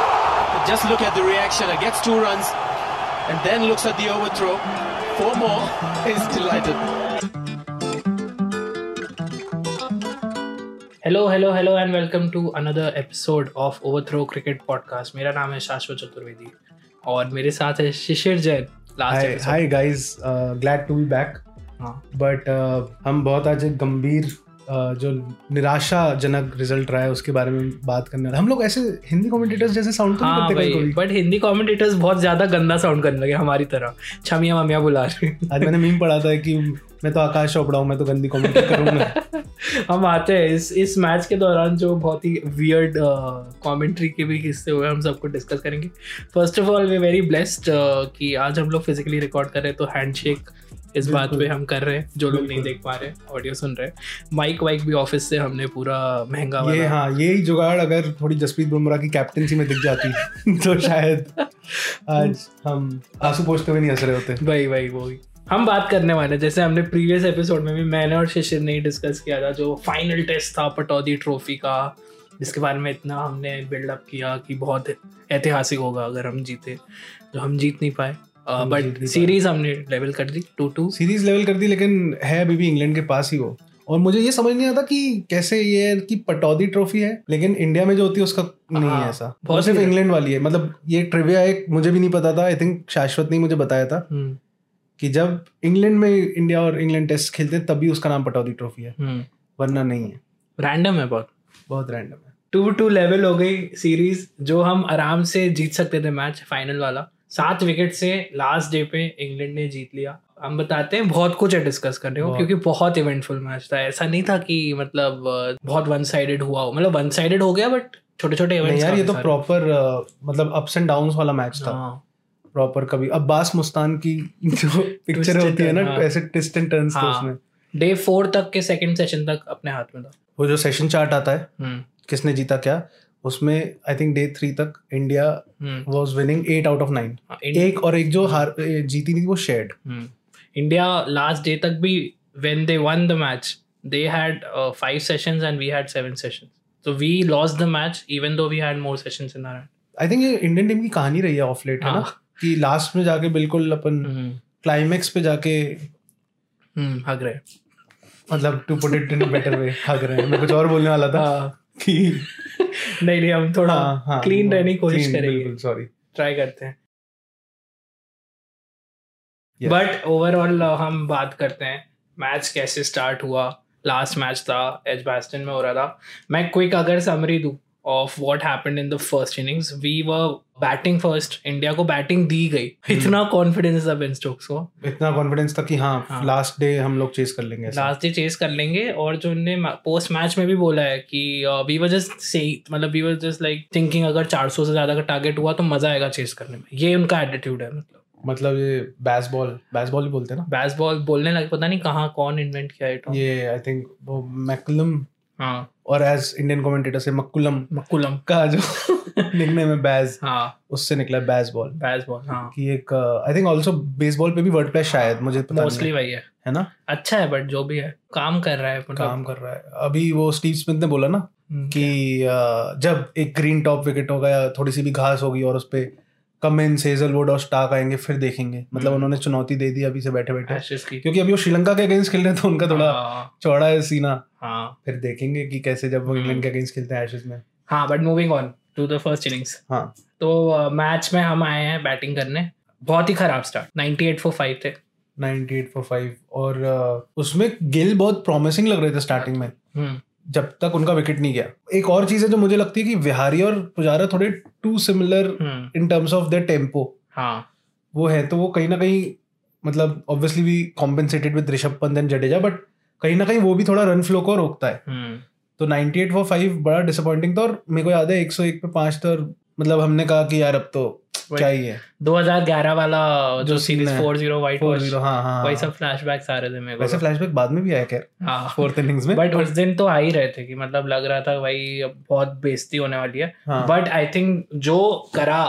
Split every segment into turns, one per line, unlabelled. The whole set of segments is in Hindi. But just look at the reaction. He gets two runs and then looks at the overthrow. Four more. He's delighted.
Hello hello hello and welcome to another episode of Overthrow cricket podcast मेरा नाम है शाश्वत चतुर्वेदी और मेरे साथ है Shishir Jain last
hi
episode
hi guys glad to be back
हाँ
बट uh, हम बहुत आज एक गंभीर uh, जो निराशाजनक रिजल्ट रहा है उसके बारे में बात करने वाले हम लोग ऐसे हिंदी कमेंटेटर्स जैसे साउंड तो नहीं
हाँ
करते कभी
भाई
कभी
बट हिंदी कमेंटेटर्स बहुत ज्यादा गंदा साउंड करने लगे हमारी तरह छमिया ममिया बुला रहे हैं।
आज मैंने मीम पढ़ा था कि मैं तो आकाश चोपड़ा हूँ मैं तो गंदी कमेंट करूंगा
हम आते हैं इस इस मैच के दौरान जो बहुत ही वियर्ड कमेंट्री के भी किस्से हुए हम सबको डिस्कस करेंगे first of all we very blessed uh, कि आज हम लोग फिजिकली रिकॉर्ड कर रहे हैं तो हैंडशेक इस बात पे
बिल्कुल।
हम कर रहे हैं जो लोग नहीं
बिल्कुल।
देख पा रहे ऑडियो सुन रहे हैं माइक वाइक भी ऑफिस से हमने पूरा महंगा
ये
वाला
हाँ यही जुगाड़ अगर थोड़ी जसप्रीत बुमराह की कैप्टनसी में दिख जाती तो शायद आज हम आंसू पोछते हुए नहीं हंस रहे होते
भाई भाई वो ही हम बात करने वाले हैं, जैसे हमने प्रीवियस एपिसोड में भी मैंने और शिशिर ने ही डिस्कस किया था जो फाइनल टेस्ट था पटौदी ट्रॉफी का जिसके बारे में इतना हमने बिल्डअप किया कि बहुत ऐतिहासिक होगा अगर हम जीते जो हम जीत नहीं पाए
हम जीत
बट
नहीं
सीरीज हमने लेवल कर दी टू टू
सीरीज लेवल कर दी लेकिन है अभी भी इंग्लैंड के पास ही वो और मुझे ये समझ नहीं आता कि कैसे ये है कि पटौदी ट्रॉफी है लेकिन इंडिया में जो होती है उसका नहीं
हाँ,
है ऐसा
बहुत
वो सिर्फ
ही-
इंग्लैंड वाली है मतलब ये ट्रिविया एक मुझे भी नहीं पता था आई थिंक शाश्वत ने ही मुझे बताया था
हम्म
कि जब इंग्लैंड में इंडिया और इंग्लैंड टेस्ट खेलते हैं, तभी उसका नाम पटौदी ट्रॉफी है
हम्म
वरना नहीं है
रैंडम है बहुत
बहुत रैंडम है
टू टू लेवल हो गई सीरीज जो हम आराम से जीत सकते थे मैच फाइनल वाला सात विकेट से लास्ट डे पे इंग्लैंड ने जीत लिया हम बताते हैं बहुत कुछ है डिस्कस करने को
बहुत।
क्योंकि बहुत इवेंटफुल मैच था ऐसा नहीं था कि मतलब अ, बहुत वन साइडेड हुआ हो मतलब वन साइडेड हो गया बट छोटे छोटे
नहीं
इवेंट्स
यार ये तो प्रॉपर मतलब अप्स एंड डाउन्स वाला मैच था
हाँ।
प्रॉपर कभी अब्बास मुस्तान की जो पिक्चर
and
होती है ना
turn, हाँ।
ऐसे ट्विस्ट एंड टर्न्स थे
हाँ।
उसमें
डे फोर तक के सेकंड सेशन तक अपने हाथ में था
वो जो सेशन चार्ट आता है
हम्म,
किसने जीता क्या उसमें आई थिंक डे थ्री तक India
hmm.
Was winning eight out of nine
हाँ, इंड-
एक और एक जो हार ए, जीती नहीं थी वो शेड
हम्म। इंडिया लास्ट डे तक भी when they won the match they had uh, five sessions and we had seven sessions so we lost the match even though we had more sessions in our hand
I think ये इंडियन टीम की कहानी रही है ऑफ लेट है ना
हाँ।
कि लास्ट में जाके बिल्कुल अपन क्लाइमेक्स पे जाके
हम्म, Hmm. हग रहे हैं।
मतलब to put it in better way हग रहे हैं मैं कुछ और बोलने वाला
हाँ।
था कि
Uh, नहीं नहीं हम थोड़ा
हाँ हाँ
क्लीन रहने की कोशिश
clean,
करेंगे
बिल्कुल सॉरी
ट्राई करते हैं
Yes.
बट ओवरऑल uh, हम बात करते हैं मैच कैसे स्टार्ट हुआ लास्ट मैच था एच बैस्टन में हो रहा था मैं क्विक अगर समरी दूं of what happened in the first innings we were batting first India को बैटिंग दी गई इतना कॉन्फिडेंस था बेन स्टोक्स को
इतना कॉन्फिडेंस था कि हाँ
हाँ।
लास्ट डे हम लोग चेस कर लेंगे ऐसा।
लास्ट डे चेस कर लेंगे और जो उनने पोस्ट मैच में भी बोला है कि uh, वी वर जस्ट से मतलब we were just like thinking अगर 400 से ज़्यादा का टारगेट हुआ तो मज़ा आएगा चेस करने में ये उनका एटीट्यूड है मतलब
मतलब ये बैसबॉल बैसबॉल ही बोलते हैं ना
बैसबॉल बोलने लगे पता नहीं कहाँ कौन इन्वेंट किया है Tom।
ये आई थिंक वो मैकुलम
हाँ
और एज इंडियन कमेंटेटर से मक्कुलम
मकुलम
का जो निकने में बैज
हाँ
उससे निकला है बैजबॉल
बैसबॉल हाँ
कि एक uh, I think also baseball पे भी वर्ड प्ले शायद मुझे पता
मोस्टली
नहीं
वही है
है ना
अच्छा है बट जो भी है काम कर रहा है मतलब
काम कर रहा है अभी वो स्टीव स्मिथ ने बोला ना
हम्म,
कि अ, जब एक ग्रीन टॉप विकेट होगा या थोड़ी सी भी घास होगी और उस पे कमेंस हेजलवुड और स्टार्क आएंगे फिर देखेंगे मतलब
हम्म।
उन्होंने चुनौती दे दी अभी से बैठे बैठे
Ashes की
क्योंकि अभी वो श्रीलंका के अगेंस्ट खेल रहे हैं तो उनका थोड़ा
हाँ,
चौड़ा है सीना
हाँ
फिर देखेंगे कि कैसे जब वो
हम्म।
इंग्लैंड के अगेंस्ट खेलते हैं एशेज में
हाँ but moving on to the first innings
हाँ
तो मैच में हम आए हैं बैटिंग करने बहुत ही खराब स्टार्ट 98 फॉर 5 थे
98 for 5 और अ, उसमें गिल बहुत प्रॉमिसिंग लग रहे थे स्टार्टिंग में
हम्म,
जब तक उनका विकेट नहीं गया एक और चीज है जो मुझे लगती है कि विहारी और पुजारा थोड़े too similar
hmm,
in terms of their tempo
हाँ
वो है तो वो कहीं ना कहीं मतलब ऑब्वियसली भी compensated with Rishabh Pant and Jadeja but कहीं ना कहीं वो भी थोड़ा रन फ्लो को रोकता है
हम्म,
तो 98 फॉर 5 बड़ा डिसअपॉइंटिंग था और मेरे को याद है 101 पे 5 था और मतलब हमने कहा कि यार अब तो क्या ही है
2011 वाला जो
जो
सीरीज
scene है,
4-0 वाइट
4-0 हाँ हाँ
वही
हाँ।
सब फ्लैशबैक्स आ रहे थे मेरे
वैसे
को
फ्लैशबैक बाद में भी आया खैर
हाँ
फोर्थ इनिंग्स में
बट उस दिन तो आ ही रहे थे कि मतलब लग रहा था भाई अब बहुत बेइज्जती होने वाली है
हाँ।
बट आई थिंक जो करा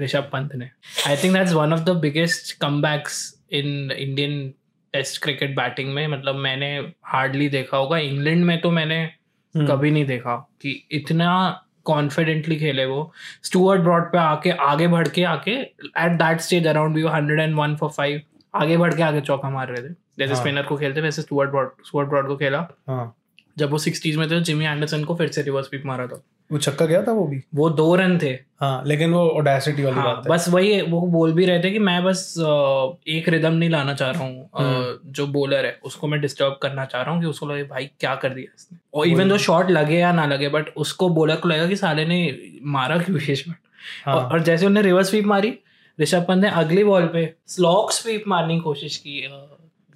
ऋषभ पंत ने I think that's one of the biggest comebacks in Indian test cricket batting में मतलब मैंने हार्डली देखा होगा इंग्लैंड में तो मैंने
हम्म।
कभी नहीं देखा कि इतना कॉन्फिडेंटली खेले वो स्टुअर्ट ब्रॉड पे आके आगे बढ़ के आके at that stage around we hundred and one for five आगे बढ़ के आगे चौका मार रहे थे जैसे
हाँ.
स्पिनर को खेलते वैसे स्टुअर्ट ब्रॉड स्टुअर्ट ब्रॉड को खेला
हाँ
जब वो सिक्सटीज में थे जिमी एंडरसन को फिर से रिवर्स पिक मारा था
वो छक्का गया था वो भी
वो दो रन थे
हाँ लेकिन वो ओडेसिटी वाली
हाँ,
बात है
बस वही है, वो बोल भी रहे थे कि मैं बस अ, एक रिदम नहीं लाना चाह रहा हूँ
हम्म।
जो बोलर है उसको मैं डिस्टर्ब करना चाह रहा हूँ कि उसको लगे भाई क्या कर दिया इसने और
वही।
इवन दो शॉट लगे या ना लगे बट उसको बॉलर को लगा कि साले ने मारा क्यों ये shot?
हाँ,
और- और जैसे उन्होंने रिवर्स स्वीप मारी ऋषभ पंत ने अगली बॉल पे स्लॉक स्वीप मारने की कोशिश की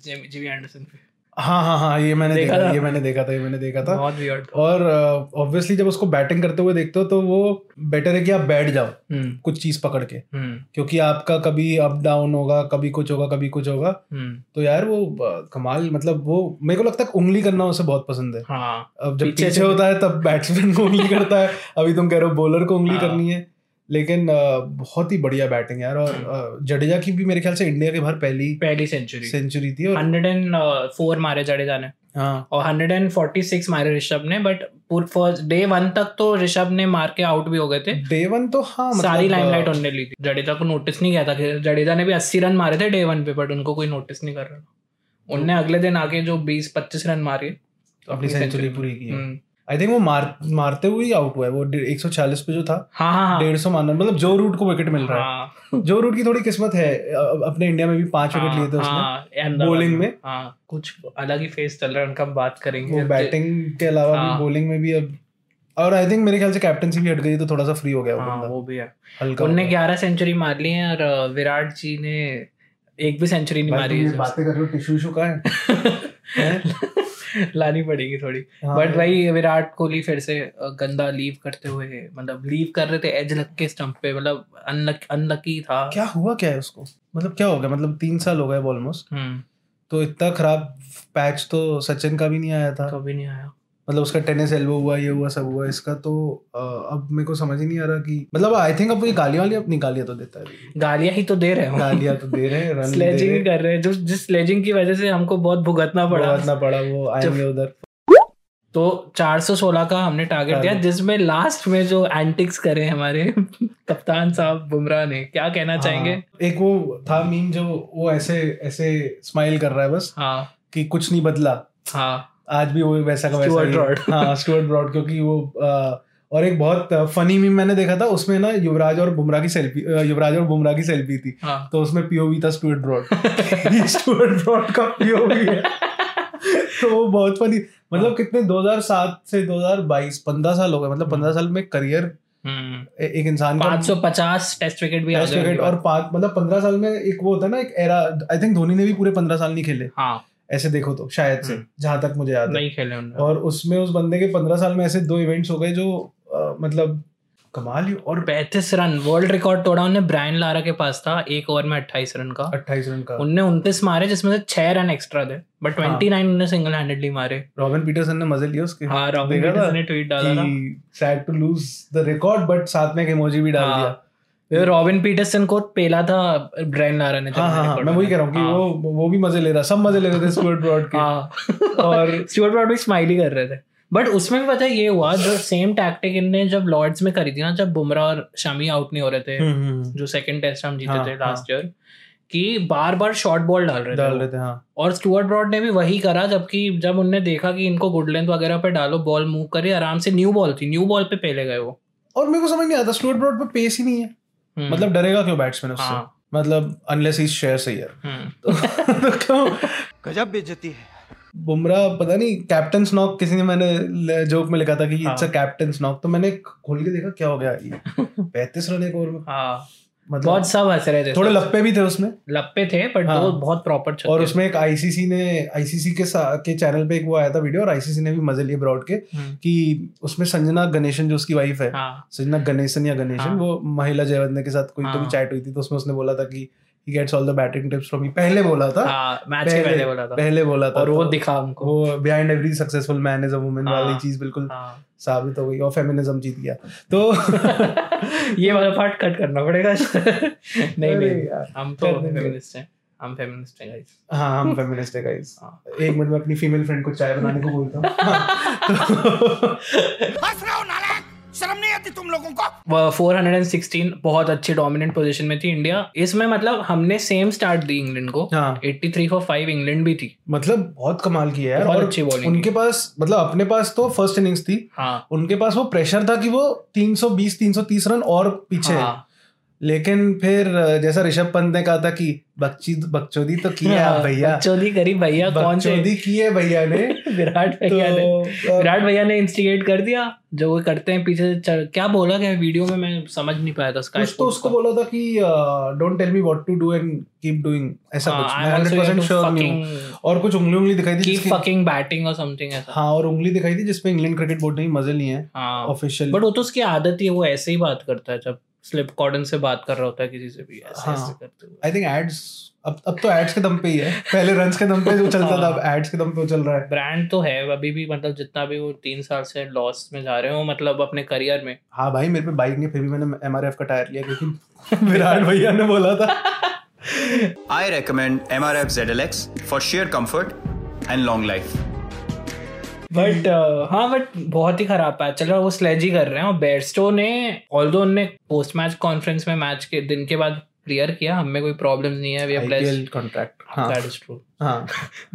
जिमी एंडरसन पे
हाँ हाँ हाँ ये मैंने
देखा
देखा
था। हाँ।
ये मैंने देखा था ये मैंने देखा था
बहुत वियर्ड था
और ऑब्वियसली जब उसको बैटिंग करते हुए देखते हो तो वो बेटर है कि आप बैठ जाओ
हम्म
कुछ चीज पकड़ के
हम्म
क्योंकि आपका कभी अप डाउन होगा कभी कुछ होगा कभी कुछ होगा
हम्म
तो यार वो अ, कमाल मतलब वो मेरे को लगता है उंगली करना उसे बहुत पसंद है
हाँ
अब जब
पीछे
पीछे,
से-
होता है तब बैट्समैन को उंगली करता है अभी तुम कह रहे हो बॉलर को उंगली
हाँ।
करनी है लेकिन अ, बहुत ही बढ़िया बैटिंग यार और अ, जडेजा की भी मेरे ख्याल से इंडिया के बाहर पहली
पहली सेंचुरी
सेंचुरी थी और
हंड्रेड एंड फोर मारे जडेजा ने
हाँ
और 146 मारे ऋषभ ने बट फर्स्ट डे वन तक तो ऋषभ ने मार के आउट भी हो गए थे
डे वन तो हाँ
सारी
अ,
लाइमलाइट उनने ली थी जडेजा को नोटिस नहीं किया था कि- जडेजा ने भी 80 रन मारे थे डे वन पे बट उनको कोई नोटिस नहीं कर रहा था उनने अगले दिन आके जो 20-25 रन मारे
तो- अपनी सेंचुरी पूरी की है
हम्म।
आई थिंक वो मार मारते हुए ही आउट हुआ है वो डे- 140 पे जो था
हाँ हाँ हाँ
डेढ़ सौ मारना मतलब जो रूट को विकेट मिल रहा
हाँ,
है जो रूट की थोड़ी किस्मत है अ- अपने इंडिया में भी पांच विकेट लिए थे
हाँ,
उसने
हाँ, अहमदाबाद
bowling में।
हाँ कुछ अलग ही फेस चल रहा है उनका हम बात करेंगे
वो बैटिंग के अलावा
हाँ।
भी बॉलिंग में भी अब और आई थिंक मेरे ख्याल से कैप्टनसी भी हट गई तो थोड़ा सा फ्री हो गया वो
हाँ
बंदा
वो भी है
हल्का
उनने
हो गया।
11 सेंचुरी मार ली है और अ, विराट जी ने एक भी सेंचुरी नहीं
भाई,
मारी
तुम
है
ये बातें कर रहे हो टिश्यू इशू का है
लानी पड़ेगी थोड़ी
हाँ,
बट भाई विराट कोहली फिर से अ, गंदा लीव करते हुए मतलब लीव कर रहे थे एज लग के स्टंप पे मतलब अनलक अनलकी था
क्या हुआ क्या है उसको मतलब क्या हो गया मतलब तीन साल हो गए ऑलमोस्ट
हम्म,
तो इतना खराब पैच तो सचिन का भी नहीं आया था
कभी नहीं आया
मतलब उसका टेनिस एल्बो हुआ ये हुआ सब हुआ इसका तो अ, अब मेरे को समझ ही नहीं आ रहा कि मतलब आई थिंक अब ये गालियां वाली अपनी गालियां तो देता है
गालियां ही तो दे रहे हो
गालियां तो दे रहे हैं रन दे रहे
स्लेजिंग
हैं
कर रहे हैं जो जिस स्लेजिंग की वजह से हमको बहुत भुगतना पड़ा
बहुत ना पड़ा वो आएंगे उधर
तो 416 का हमने टारगेट दिया
Target।
जिसमें लास्ट में जो एंटिक्स करे हमारे कप्तान साहब बुमराह ने क्या कहना चाहेंगे
हाँ, एक वो था मीम जो वो ऐसे ऐसे स्माइल कर रहा है बस
हाँ
कि कुछ नहीं बदला
हाँ
आज भी वो वैसा का वैसा
Stuart
ही
Broad.
है। हाँ स्टुअर्ट ब्रॉड क्योंकि वो अ, और एक बहुत फनी मीम मैंने देखा था उसमें ना युवराज और बुमराह की सेल्फी युवराज और बुमराह की सेल्फी थी
हाँ
तो उसमें पीओवी था स्टुअर्ट ब्रॉड ये स्टुअर्ट ब्रॉड का पीओवी है तो वो बहुत फनी मतलब कितने 2007 से 2022 15 साल हो गए मतलब 15 साल में करियर
हम्म
एक इंसान का
550 टेस्ट विकेट भी आ
टेस्ट
गए
क्रिकेट
उनके
और
पास।
पांच मतलब 15 साल में एक वो होता है ना एक एरा आई थिंक धोनी ने भी पूरे 15 साल नहीं खेले
हाँ
ऐसे देखो तो शायद से
हम्म।
जहां तक मुझे याद है
नहीं खेले उन्होंने
और उसमें उस बंदे के पंद्रह साल में ऐसे दो इवेंट्स हो गए जो अ, मतलब कमाल ही और
पैंतीस रन वर्ल्ड रिकॉर्ड तोड़ा उन्हें ब्रायन लारा के पास था एक ओवर में 28 रन का
अट्ठाईस रन का
उनने 29 मारे जिसमें से 6 रन एक्स्ट्रा थे बट
हाँ।
29 उन्होंने सिंगल हैंडेडली मारे
रॉबिन पीटरसन ने मजे लिए उसके
हाँ रॉबिन
देखा था
पीटरसन ने ट्वीट डाला था
sad to lose the record but साथ में एक इमोजी भी डाल
हाँ,
दिया
वे रॉबिन पीटरसन को पेला था ब्रायन लारा ने
हम्म। हाँ
जब
हाँ हाँ
record
मैं वही
बनाया।
कह रहा हूँ कि
हाँ,
वो वो भी मजे ले रहा सब मजे ले रहे थे स्टुअर्ट ब्रॉड के
हाँ और
और
स्टुअर्ट ब्रॉड भी स्माइली कर रहे थे बट उसमें भी पता है ये हुआ जो सेम टैक्टिक इनने जब लॉर्ड्स में करी थी ना जब बुमराह और शमी आउट नहीं हो रहे थे जो सेकंड टेस्ट हम जीते
हम्म। हाँ,
थे
हाँ।
लास्ट ईयर कि बार बार शॉर्ट बॉल डाल रहे थे
डाल
वो।
रहे थे हाँ
और स्टुअर्ट ब्रॉड ने भी वही करा जबकि जब उनने देखा कि इनको गुड लेंथ वगैरह पे डालो बॉल मूव करे आराम से न्यू बॉल थी न्यू बॉल पे पहले गए वो
और मेरे को समझ नहीं आता स्टुअर्ट ब्रॉड पे पेस ही नहीं है
हम्म,
मतलब डरेगा क्यों बैट्समैन उससे
हाँ
मतलब अनलेस ही शेयर से ही है
हम्म,
तो क्यों
गजब बेइज्जती है
बुमराह पता नहीं कैप्टन स्नॉक किसी ने मैंने जोक में लिखा था कि
हाँ।
इट्स अ कैप्टन स्नॉक तो मैंने खोल के देखा क्या हो गया ये पैंतीस रन एक ओवर में
हाँ
मतलब
बहुत सब हंस रहे थे
थोड़े लप्पे भी थे उसमें
लप्पे थे बट
हाँ।
वो बहुत प्रॉपर छक्के
और उसमें एक आईसीसी ने आईसीसी के सा- के चैनल पे एक वो आया था वीडियो और आईसीसी ने भी मजे लिए ब्रॉड के
हम्म,
कि उसमें संजना गणेशन जो उसकी वाइफ है
हाँ
संजना गणेशन या
हाँ।
गणेशन वो महिला जयवर्धने के साथ कोई तो
हाँ।
भी चैट हुई थी तो उसमें उसने बोला था कि he gets all the batting tips from me पहले बोला था
हाँ मैच के
पहले-
पहले बोला था
पहले बोला था
और वो
तो
दिखा हमको
वो behind every successful man is a woman
हाँ।
वाली चीज बिल्कुल
हाँ।
साबित हो गई और फेमिनिज्म जीत गया तो
ये वाला पार्ट कट करना पड़ेगा नहीं
अरे
नहीं
यार,
हम तो
कर देंगे।
फेमिनिस्ट हैं हम फेमिनिस्ट हैं guys।
हाँ हम फेमिनिस्ट है गाइस
हाँ।
एक मिनट हाँ, में अपनी फीमेल फ्रेंड को चाय बनाने को बोलता हूँ
हंस रहा हो नालायक शर्म नहीं आती तुम लोगों को
फोर हंड्रेड एंड सिक्सटीन बहुत अच्छी डोमिनेंट पोजीशन में थी इंडिया इसमें मतलब हमने सेम स्टार्ट दी इंग्लैंड को
हाँ
eighty three for five England भी थी
मतलब बहुत कमाल की है यार
बहुत
और
अच्छी bowling
उनके पास मतलब अपने पास तो फर्स्ट इनिंग्स थी
हाँ
उनके पास वो प्रेशर था कि वो 320 330 रन और पीछे है।
हाँ
लेकिन फिर अ, जैसा ऋषभ पंत ने कहा था कि बक्ची बकचोदी तो की है आप भैया
बकचोदी करी भैया हाँ, कौन से
बकचोदी की है भैया ने
विराट
तो
भैया ने
अ,
विराट भैया ने इंस्टिगेट कर दिया जो वो करते हैं पीछे से चढ़- क्या बोला गया वीडियो में मैं समझ नहीं पाया था स्काई
कुछ तो उसको बोला था कि don't tell me what to do and keep doing ऐसा
हाँ,
कुछ मैं 100% श्योर नहीं हूँ और कुछ उंगली उंगली दिखाई थी
कीप
जिसकी-
फकिंग बैटिंग और समथिंग ऐसा
हाँ और उंगली दिखाई थी जिसपे इंग्लैंड क्रिकेट बोर्ड ने भी मजे लिए हैं
हाँ
ऑफिशियल
बट वो तो उसकी आदत ही है वो ऐसे ही बात करता है जब स्लिप कॉर्डन से बात कर रहा होता है किसी से भी ऐसे
हाँ।
ऐसे करते हुए
आई थिंक एड्स अब अब तो एड्स के दम पे ही है पहले रन के दम पे जो चलता था अब
हाँ।
एड्स के दम पे वो चल रहा है
ब्रांड तो है अभी भी मतलब जितना भी वो तीन साल से लॉस में जा रहे हो मतलब अपने करियर में
हाँ भाई मेरे पे बाइक नहीं फिर भी मैंने एमआरएफ का टायर लिया क्योंकि विराट भैया ने बोला था
I recommend MRF ZLX for sheer comfort and long life.
But हाँ बट बहुत ही खराब पैच चल रहा है वो स्लेज ही कर रहे हैं और बेयरस्टो ने ऑल उनने पोस्ट मैच कॉन्फ्रेंस में मैच के दिन के बाद क्लियर किया हमें कोई प्रॉब्लम नहीं है वी आर
आईपीएल कॉन्ट्रैक्ट हाँ
दैट इज ट्रू
हाँ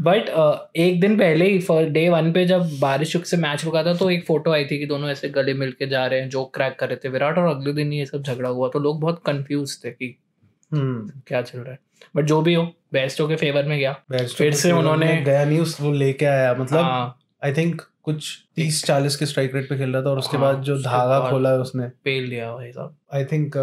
बट uh, एक दिन पहले ही फॉर डे वन पे जब बारिश से मैच रुका था तो एक फोटो आई थी कि दोनों ऐसे गले मिल के जा रहे हैं जोक क्रैक कर रहे थे विराट और अगले दिन ये सब झगड़ा हुआ तो लोग बहुत कंफ्यूज थे कि
हम्म
क्या चल रहा है बट जो भी हो बेयरस्टो के फेवर में गया
बेयरस्टो
फिर
को
से उन्होंने-
गया नहीं उसको लेके आया मतलब
हाँ
आई थिंक कुछ तीस चालीस के स्ट्राइक रेट पे खेल रहा था और उसके
हाँ,
बाद जो
उसके
धागा
बाद-
खोला है उसने
पेल लिया भाई साहब
आई थिंक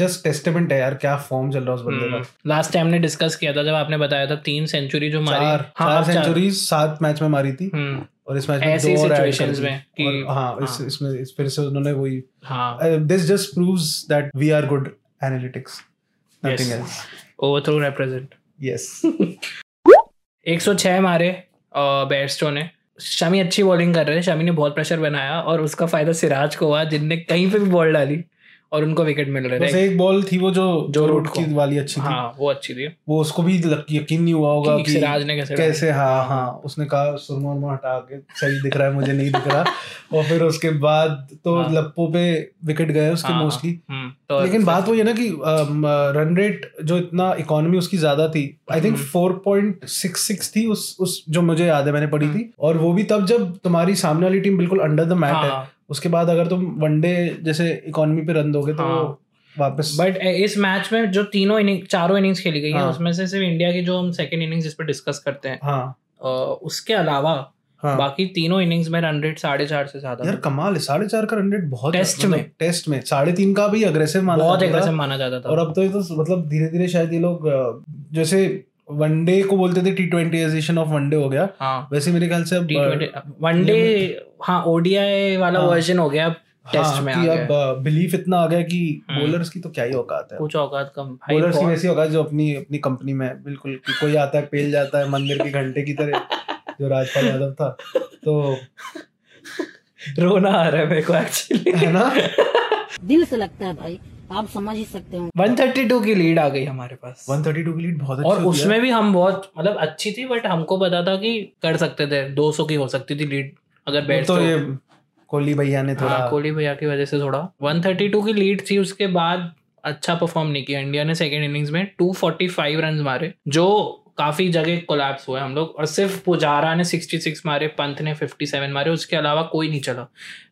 जस्ट टेस्टमेंट है यार क्या फॉर्म चल रहा है उस बंदे का
लास्ट टाइम ने डिस्कस किया था जब आपने बताया था तीन सेंचुरी जो मारी
चार
हाँ,
चार
अब
सेंचुरी सात मैच में मारी थी
हम्म,
और इस मैच में
ऐसी
दो और add कर
situations
दी।
में कि-
और हाँ इस
हाँ।
इसमें इस फिर से उन्होंने वही
हाँ
this just proves that we are good analytics nothing
Yes.
Else
overthrow represent
yes
106 मारे बेयरस्टो ने शमी अच्छी बॉलिंग कर रहे थे शमी ने बहुत प्रेशर बनाया और उसका फायदा सिराज को हुआ जिनने कहीं पे भी बॉल डाली और उनको विकेट मिल रहे
बस
थे
एक बॉल थी वो जो
जो
जो
root
रूट की
को।
वाली अच्छी थी
हाँ वो अच्छी थी
वो उसको भी लग- यकीन नहीं हुआ होगा
कि
कि
सिराज ने कैसे
कैसे हाँ हाँ उसने कहा सुरमा उरमा हटा के सही दिख रहा है मुझे नहीं दिख रहा और फिर उसके बाद तो
हाँ।
लप्पो पे विकेट गए उसके
हाँ,
मोस्टली
हम्म, तो
लेकिन बात वही है ना कि रन रेट जो इतना इकोनॉमी उसकी ज्यादा थी आई थिंक
हम्म।
4.66 थी उस उस जो मुझे याद है मैंने पढ़ी थी और वो भी तब जब तुम्हारी सामने वाली टीम बिल्कुल अंडर द मैट है
हम्म। हाँ
उसके बाद अगर तुम वनडे जैसे इकोनॉमी पे रन दोगे तो
हाँ।
वापस
बट इस मैच में जो तीनों इनिंग चारों इनिंग्स खेली गई है
हाँ।
उसमें से सिर्फ इंडिया की जो हम सेकंड इनिंग्स जिस पर डिस्कस करते हैं
हाँ
अ, उसके अलावा
हाँ
बाकी तीनों इनिंग्स में रन रेट साढ़े चार से ज्यादा
यार
था।
कमाल है साढ़े चार का रन रेट बहुत
टेस्ट में।
टेस्ट में साढ़े तीन का भी अग्रेसिव माना
बहुत
जाता था।
एग्रेसिव माना जाता था
और अब तो ये तो मतलब धीरे धीरे शायद ये लोग अ, जैसे वनडे को बोलते थे टी ट्वेंटीजेशन ऑफ वनडे हो गया
हाँ
वैसे मेरे ख्याल से अब
टी
अ,
वनडे हाँ ओडीआई वाला
हाँ।
वर्जन हो गया अब टेस्ट में आ
कि
गया है।
अब बिलीफ इतना आ गया कि
हम्म।
बॉलर्स की तो क्या ही औकात है
कुछ औकात कम भाई
बॉलर्स की
बहुत-
वैसी औकात जो अपनी अपनी कंपनी में है, बिल्कुल कि कोई आता है पेल जाता है मंदिर के घंटे की तरह जो राजपाल यादव था तो
रोना आ रहा है मेरे को एक्चुअली
है ना
दिल से लगता है भाई आप समझ ही सकते हो
132 की लीड आ गई हमारे पास
132 की लीड बहुत अच्छी
और
होती है।
उसमें भी हम बहुत मतलब अच्छी थी बट हमको पता था कि कर सकते थे 200 की हो सकती थी लीड अगर
वो
बैठ
तो ये कोहली भैया ने थोड़ा
हाँ कोहली भैया की वजह से थोड़ा 132 की लीड थी उसके बाद अच्छा परफॉर्म नहीं किया इंडिया ने सेकेंड इनिंग्स में 245 रन मारे जो काफी जगह कोलैप्स हुए हम लोग और सिर्फ पुजारा ने 66 मारे पंत ने 57 मारे उसके अलावा कोई नहीं चला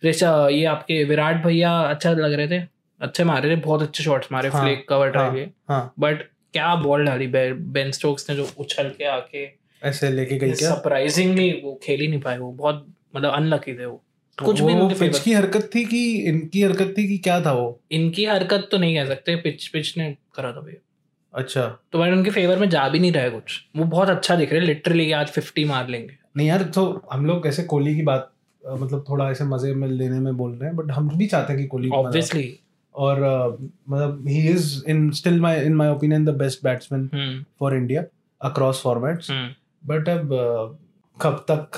ऋषा ये आपके विराट भैया अच्छा लग रहे थे अच्छे मारे थे बहुत अच्छे शॉट्स मारे
हाँ,
फ्लेक कवर
हाँ,
ड्राइव ये
हाँ
बट क्या बॉल डाली बे- बेन स्टोक्स ने जो उछल के आके
ऐसे लेके गई क्या
सरप्राइजिंगली वो खेल ही नहीं पाए वो बहुत मतलब अनलकी थे वो कुछ भी
तो वो
उनके
पिच
favor-
की हरकत थी कि इनकी हरकत थी कि क्या था वो
इनकी हरकत तो नहीं कह सकते पिच पिच ने करा था भैया
अच्छा
तो मैंने उनके फेवर में जा भी नहीं रहा है कुछ वो बहुत अच्छा दिख रहे हैं लिटरली आज फिफ्टी मार लेंगे
नहीं यार तो हम लोग ऐसे कोहली की बात अ, मतलब थोड़ा ऐसे मजे में लेने में बोल रहे हैं बट हम भी चाहते हैं कि कोहली को मजा-
ऑब्वियसली
और uh, मतलब he is in still my in my opinion the best batsman
hmm.
For India across formats
Hmm.
But अब uh, कब तक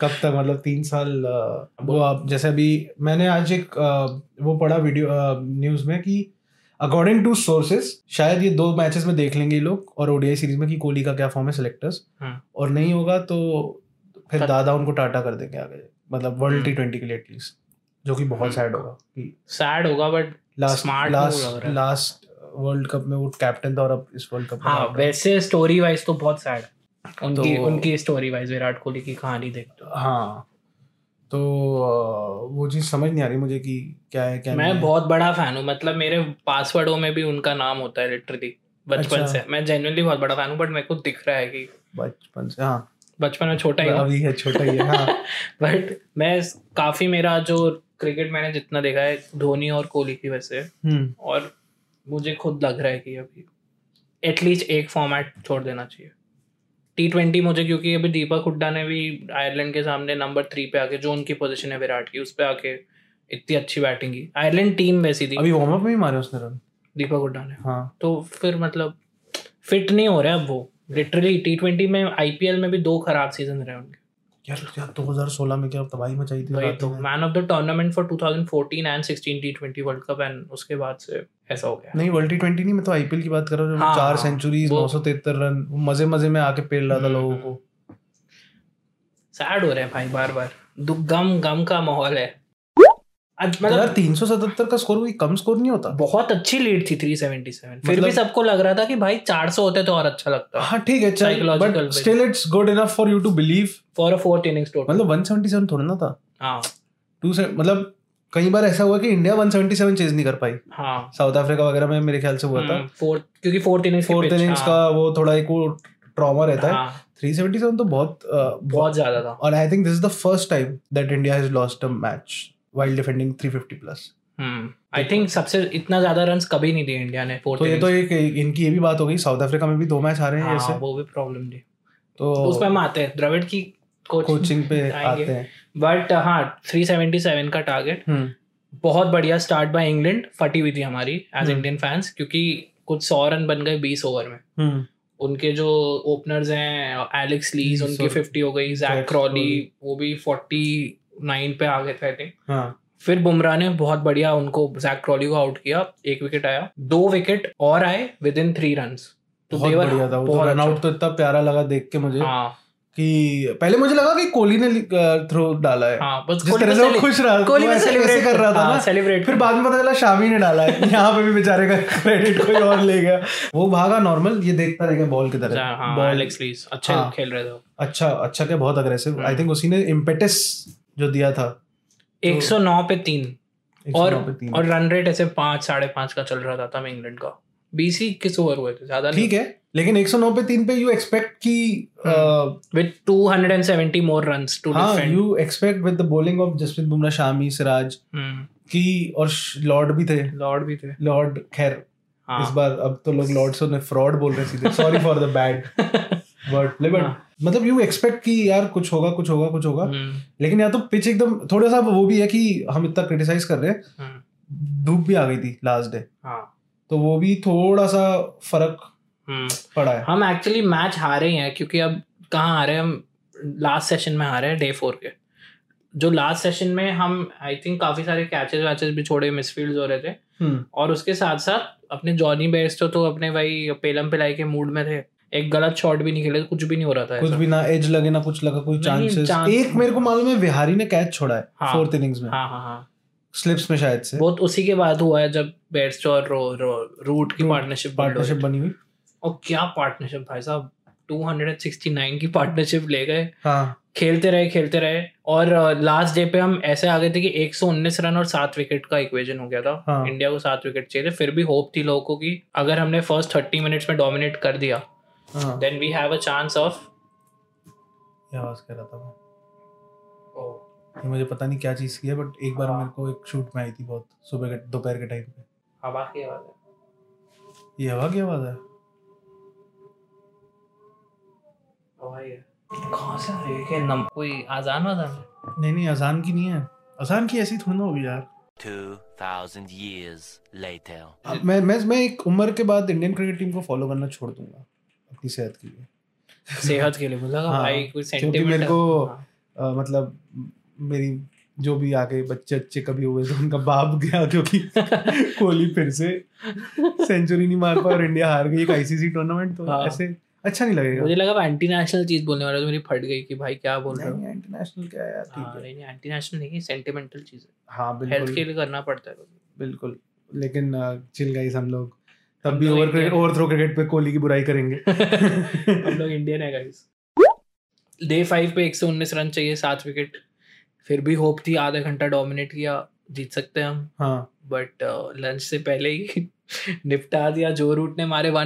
कब तक मतलब तीन साल uh, वो आप जैसे अभी मैंने आज एक uh, वो पढ़ा वीडियो न्यूज में कि अकॉर्डिंग टू सोर्सेस शायद ये दो मैचेस में देख लेंगे ये लोग और ओडीआई सीरीज में कि कोहली का क्या फॉर्म है सिलेक्टर्स
हाँ।
और नहीं होगा तो फिर
तब-
दादा उनको टाटा कर देंगे आगे मतलब वर्ल्ड
हम्म।
टी ट्वेंटी के लिए एटलीस्ट जो कि बहुत सैड होगा कि
सैड होगा but
last
Hmm. Smart move लग
लास्ट
रहा है।
लास्ट वर्ल्ड कप में वो कैप्टन था और अब इस वर्ल्ड कप में
हाँ
captain है।
वैसे स्टोरी वाइज तो बहुत सैड उनकी
तो-
उनकी स्टोरी वाइज विराट कोहली की कहानी देख
हाँ तो अ, वो चीज समझ नहीं आ रही मुझे कि क्या है क्या नहीं
मैं
है।
बहुत बड़ा फैन हूँ मतलब मेरे पासवर्डों में भी उनका नाम होता है लिटरली बचपन
अच्छा।
से मैं जेन्युइनली बहुत बड़ा फैन हूँ बट मेरे को दिख रहा है कि
बचपन से हाँ
बचपन में छोटा ही हूँ
अभी है छोटा ही है हाँ
बट मैं इस- काफी मेरा जो क्रिकेट मैंने जितना देखा है धोनी और कोहली की वजह से
हम्म
और मुझे खुद लग रहा है कि अभी एटलीस्ट एक फॉर्मेट छोड़ देना चाहिए टी ट्वेंटी मुझे क्योंकि अभी दीपक हुड्डा ने भी आयरलैंड के सामने नंबर थ्री पे आके जो उनकी पोजीशन है विराट की उस पे आके इतनी अच्छी बैटिंग की आयरलैंड टीम वैसी थी
अभी वार्म अप में ही मारे उसने रन
दीपक हुड्डा ने
हाँ
तो फिर मतलब फिट नहीं हो रहे अब वो लिटरली टी ट्वेंटी में आईपीएल में भी दो खराब सीजन रहे उनके
यार यार 2016 में क्या तबाही मचाई थी
वही
रात
तो
में।
Man of the tournament for 2014 and 16 टी20 वर्ल्ड कप एंड उसके बाद से ऐसा हो गया
नहीं वर्ल्ड टी ट्वेंटी नहीं मैं तो आईपीएल की बात कर रहा हूँ
हाँ,
जब चार
हाँ,
सेंचुरीज
वो-
नौ सौ तिहत्तर रन वो मजे मजे में आके पेल रहा था
हम्म,
लोगों
हम्म।
को
सैड हो रहे हैं भाई बार बार दुख गम गम का माहौल है आज
तो यार
मतलब
तीन सौ सतहत्तर का स्कोर कोई कम स्कोर नहीं होता
बहुत अच्छी लीड थी 377 फिर
मतलब-
भी सबको लग रहा था कि भाई 400 होते तो और अच्छा लगता
हाँ ठीक है चल
Psychological
but
way.
Still it's good enough for you to believe
for a fourth innings total
मतलब 177 थोड़ा ना था
हाँ
टू से मतलब कई बार ऐसा हुआ कि इंडिया 177 चेज नहीं कर पाई
हाँ
साउथ अफ्रीका वगैरह में मेरे ख्याल से हुआ था
हम्म, fourth- क्योंकि फोर्थ इनिंग्स
फोर्थ इनिंग्स
हाँ।
का वो थोड़ा एक वो ट्रॉमा रहता है 377 तो बहुत अ,
बहुत ज्यादा था
और I think this is the first time that India has lost a match while defending 350 plus
I think हम्म, सबसे इतना ज्यादा रन कभी नहीं दिए इंडिया ने फोर्थ
तो ये तो एक इनकी ये भी बात हो गई साउथ अफ्रीका में भी दो मैच आ रहे हैं
हाँ
ऐसे
वो भी प्रॉब्लम थी उसमें हम
तो
आते हैं द्रविड़ की कोचिंग
कोचिंग पे
आएंगे।
आते हैं
बट हाँ 377 का टारगेट
हम्म,
बहुत बढ़िया स्टार्ट बाय इंग्लैंड फटी हुई थी हमारी एज
हम्म।
इंडियन फैंस क्योंकि कुछ सौ रन बन गए बीस ओवर में
हम्म,
उनके जो ओपनर्स हैं एलेक्स लीज
लीज
उनकी
और-
फिफ्टी हो गई
जैक
जैक क्रॉली
क्रॉली।
वो भी फोर्टी नाइन पे आ गए थे आई थिंक
हाँ,
फिर बुमराह ने बहुत बढ़िया उनको जैक क्रॉली को आउट किया एक विकेट आया दो विकेट और आए विद इन थ्री रन तो
बहुत
देवर अच्छा
बढ़िया था वो तो रन आउट तो इतना प्यारा लगा देख के मुझे
हाँ
कि पहले मुझे लगा कि कोहली ने थ्रो डाला है
हाँ बस
जिस तरह से वो खुश रहा
कोहली
वो
में हाँ,
ऐसे- ऐसे
सेलिब्रेट
कर रहा था ना
सेलिब्रेट
फिर बाद में पता चला शामी ने डाला है यहाँ पे भी बेचारे का क्रेडिट कोई और ले गया वो भागा नॉर्मल ये देखता रहेगा बॉल की तरह
हाँ
बॉल
एलेक्स लीज अच्छे
हाँ।
खेल रहे थे
अच्छा अच्छा क्या बहुत अग्रेसिव आई
हम्म।
थिंक उसी ने इम्पेटस जो दिया था तो
109 पे तीन
109
और
पे तीन।
और रन रेट ऐसे पाँच साढ़े पाँच का चल रहा था तब इंग्लैंड का बीस ही किस ओवर हुए थे ज्यादा
ठीक है लेकिन 109 पे तीन पे यू एक्सपेक्ट कि
हाँ, विद 270 मोर रन टू
हाँ
defend
you expect with the bowling of Jasprit Bumrah Shami Siraj की और लॉर्ड भी थे
हम्म, लॉर्ड भी थे
लॉर्ड खैर
हाँ
इस बार अब तो लोग लॉर्ड से फ्रॉड बोल रहे हैं सीधे sorry for the bad word play but
हाँ।
मतलब यू एक्सपेक्ट कि यार कुछ होगा कुछ होगा कुछ होगा
हम्म,
लेकिन या तो पिच एकदम थोड़ा सा वो भी है कि हम इतना क्रिटिसाइज कर रहे
हम्म,
हैं धूप भी आ गई थी लास्ट डे
हाँ
तो वो भी थोड़ा सा फर्क
हम्म।
पड़ा है
हम एक्चुअली मैच हारे ही हैं क्योंकि अब कहाँ हारे हम लास्ट सेशन में हारे हैं डे फोर के जो लास्ट सेशन में हम आई थिंक काफी सारे कैचेस वैचेस भी छोड़े मिसफील्ड हो रहे थे
हम्म,
और उसके साथ साथ अपने जॉनी बेस्टो तो अपने भाई पेलम पिलाई के मूड में थे एक गलत शॉट भी नहीं खेले कुछ भी नहीं हो रहा था
कुछ
ऐसा।
भी ना एज लगे ना कुछ लगा कोई
नहीं,
चांसेस
chance-
एक मेरे को मालूम है विहारी ने कैच छोड़ा है
हाँ।
फोर्थ इनिंग्स में
हाँ हाँ हाँ
स्लिप्स में शायद से
बहुत उसी के बाद हुआ है जब बेस्टो और रो, रो, रूट की
Root,
पार्टनरशिप
पार्टनरशिप बनी हुई
और क्या पार्टनरशिप भाई साहब 269 की पार्टनरशिप ले गए
हाँ
खेलते रहे खेलते रहे और लास्ट डे पे हम ऐसे आ गए थे कि 119 रन और सात विकेट का इक्वेशन हो गया था
हाँ।
इंडिया को सात विकेट चाहिए थे फिर भी होप थी लोगों को कि अगर हमने फर्स्ट 30 मिनट्स में डोमिनेट कर दिया
हाँ
then we have a chance of
क्या आवाज कर रहा था मैं
oh,
ये मुझे पता नहीं क्या चीज़ की है बट एक बार
हाँ।
मेरे को एक शूट में आई थी बहुत सुबह के दोपहर के टाइम पे
हवा की आवाज है
ये हवा की आवाज है
हवा ही है कहाँ से आ रही है क्या नम कोई आजान वाजान है?
नहीं नहीं अजान की नहीं है अजान की ऐसी थोड़ी ना होगी यार
2,000 years later.
अब मैं मैं मैं एक उम्र के बाद इंडियन क्रिकेट टीम को फॉलो करना छोड़ दूंगा अपनी सेहत के लिए
सेहत के लिए बोला
हाँ,
भाई कोई हाँ।
क्योंकि
सेंटिमेंट
मेरे को- अ, मतलब म- मेरी जो भी आगे बच्चे अच्छे कभी हुए तो उनका बाप गया क्योंकि कोहली फिर से सेंचुरी नहीं मार पाया और इंडिया हार गई एक आईसीसी टूर्नामेंट तो
हाँ।
ऐसे अच्छा नहीं लगेगा
मुझे लगा वो एंटी नेशनल चीज बोलने वाला है, तो मेरी फट गई कि भाई क्या बोल रहे हो
नहीं इंटरनेशनल क्या है यार
हाँ,
ठीक है
नहीं एंटी नेशनल नहीं सेंटिमेंटल चीज है
हाँ
हेल्थ के
बिल्कुल
लिए करना पड़ता है
बिल्कुल लेकिन चिल गाइस हम लोग तब
हम
भी
लोग
over cricket
Indian-
over throw cricket पे कोहली की बुराई करेंगे
हम लोग इंडियन है गाइस डे फाइव पे एक सौ उन्नीस रन चाहिए सात विकेट फिर भी होप थी आधा घंटा डोमिनेट किया जीत सकते हैं हम
हाँ
बट लंच से पहले ही निपटा दिया जो रूट ने मारे 142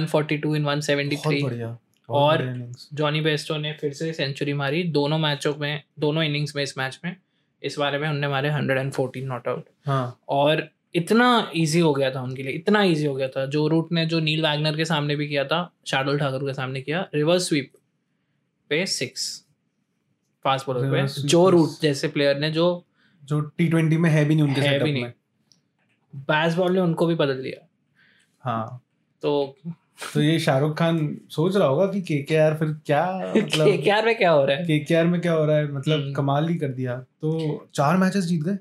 इन
बहुत
173
बढ़िया
और-
बढ़िया innings।
जॉनी बेस्टो ने फिर से सेंचुरी मारी दोनों मैचों में दोनों इनिंग्स में इस मैच में इस बारे में उनने मारे 114 नॉट आउट
हाँ
और इतना इजी हो गया था उनके लिए इतना इजी हो गया था जो रूट ने जो नील वैगनर के सामने भी किया था शार्दुल ठाकुर के सामने किया रिवर्स स्वीप पे सिक्स फास्ट बॉलर पे
Reverse sweep
जो
पे
रूट
six।
जैसे प्लेयर ने जो
जो टी ट्वेंटी में है भी नहीं उनके
है
सेटअप
भी नहीं
में
बैस बॉल ने उनको भी बदल दिया
हाँ
तो
तो ये शाहरुख खान सोच रहा होगा कि के फिर क्या मतलब
केकेआर में क्या हो रहा है
के में क्या हो रहा है मतलब
हम्म।
कमाल ही कर दिया तो चार मैचेस जीत गए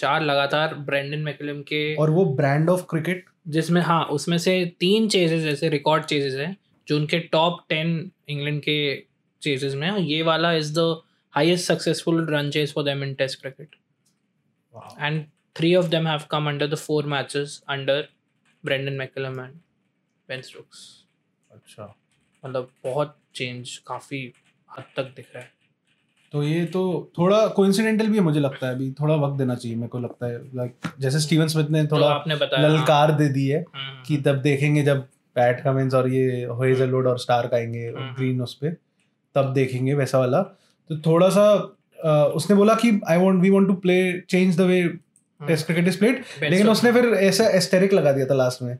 चार लगातार ब्रेंडन मैकलम के
और वो ब्रांड ऑफ क्रिकेट
जिसमें हाँ उसमें से तीन चेजेस ऐसे रिकॉर्ड चेजेस हैं जो उनके टॉप टेन इंग्लैंड के चेजेस में हैं, और ये वाला is the highest successful run chase for them in test cricket and three of them have come under the four matches under Brendon McCullum and Ben Stokes
अच्छा
मतलब बहुत चेंज काफ़ी हद तक दिख रहा है
तो ये तो थोड़ा कोइंसिडेंटल भी है मुझे लगता है अभी थोड़ा वक्त देना चाहिए मेरे को लगता है लाइक जैसे स्टीवन स्मिथ ने
थोड़ा
थोड़ा
तो आपने बताया हाँ,
ललकार दे दी है
हम्म,
कि तब देखेंगे जब पैट कमिंस और ये हेजलवुड और स्टार आएंगे
हम्म।
ग्रीन उस पे तब देखेंगे वैसा वाला तो थोड़ा सा अ, उसने बोला कि I want we want to play change the way
hmm,
test cricket is played
Ben
लेकिन
Stokes।
उसने फिर ऐसा एस्टेरिक लगा दिया था लास्ट में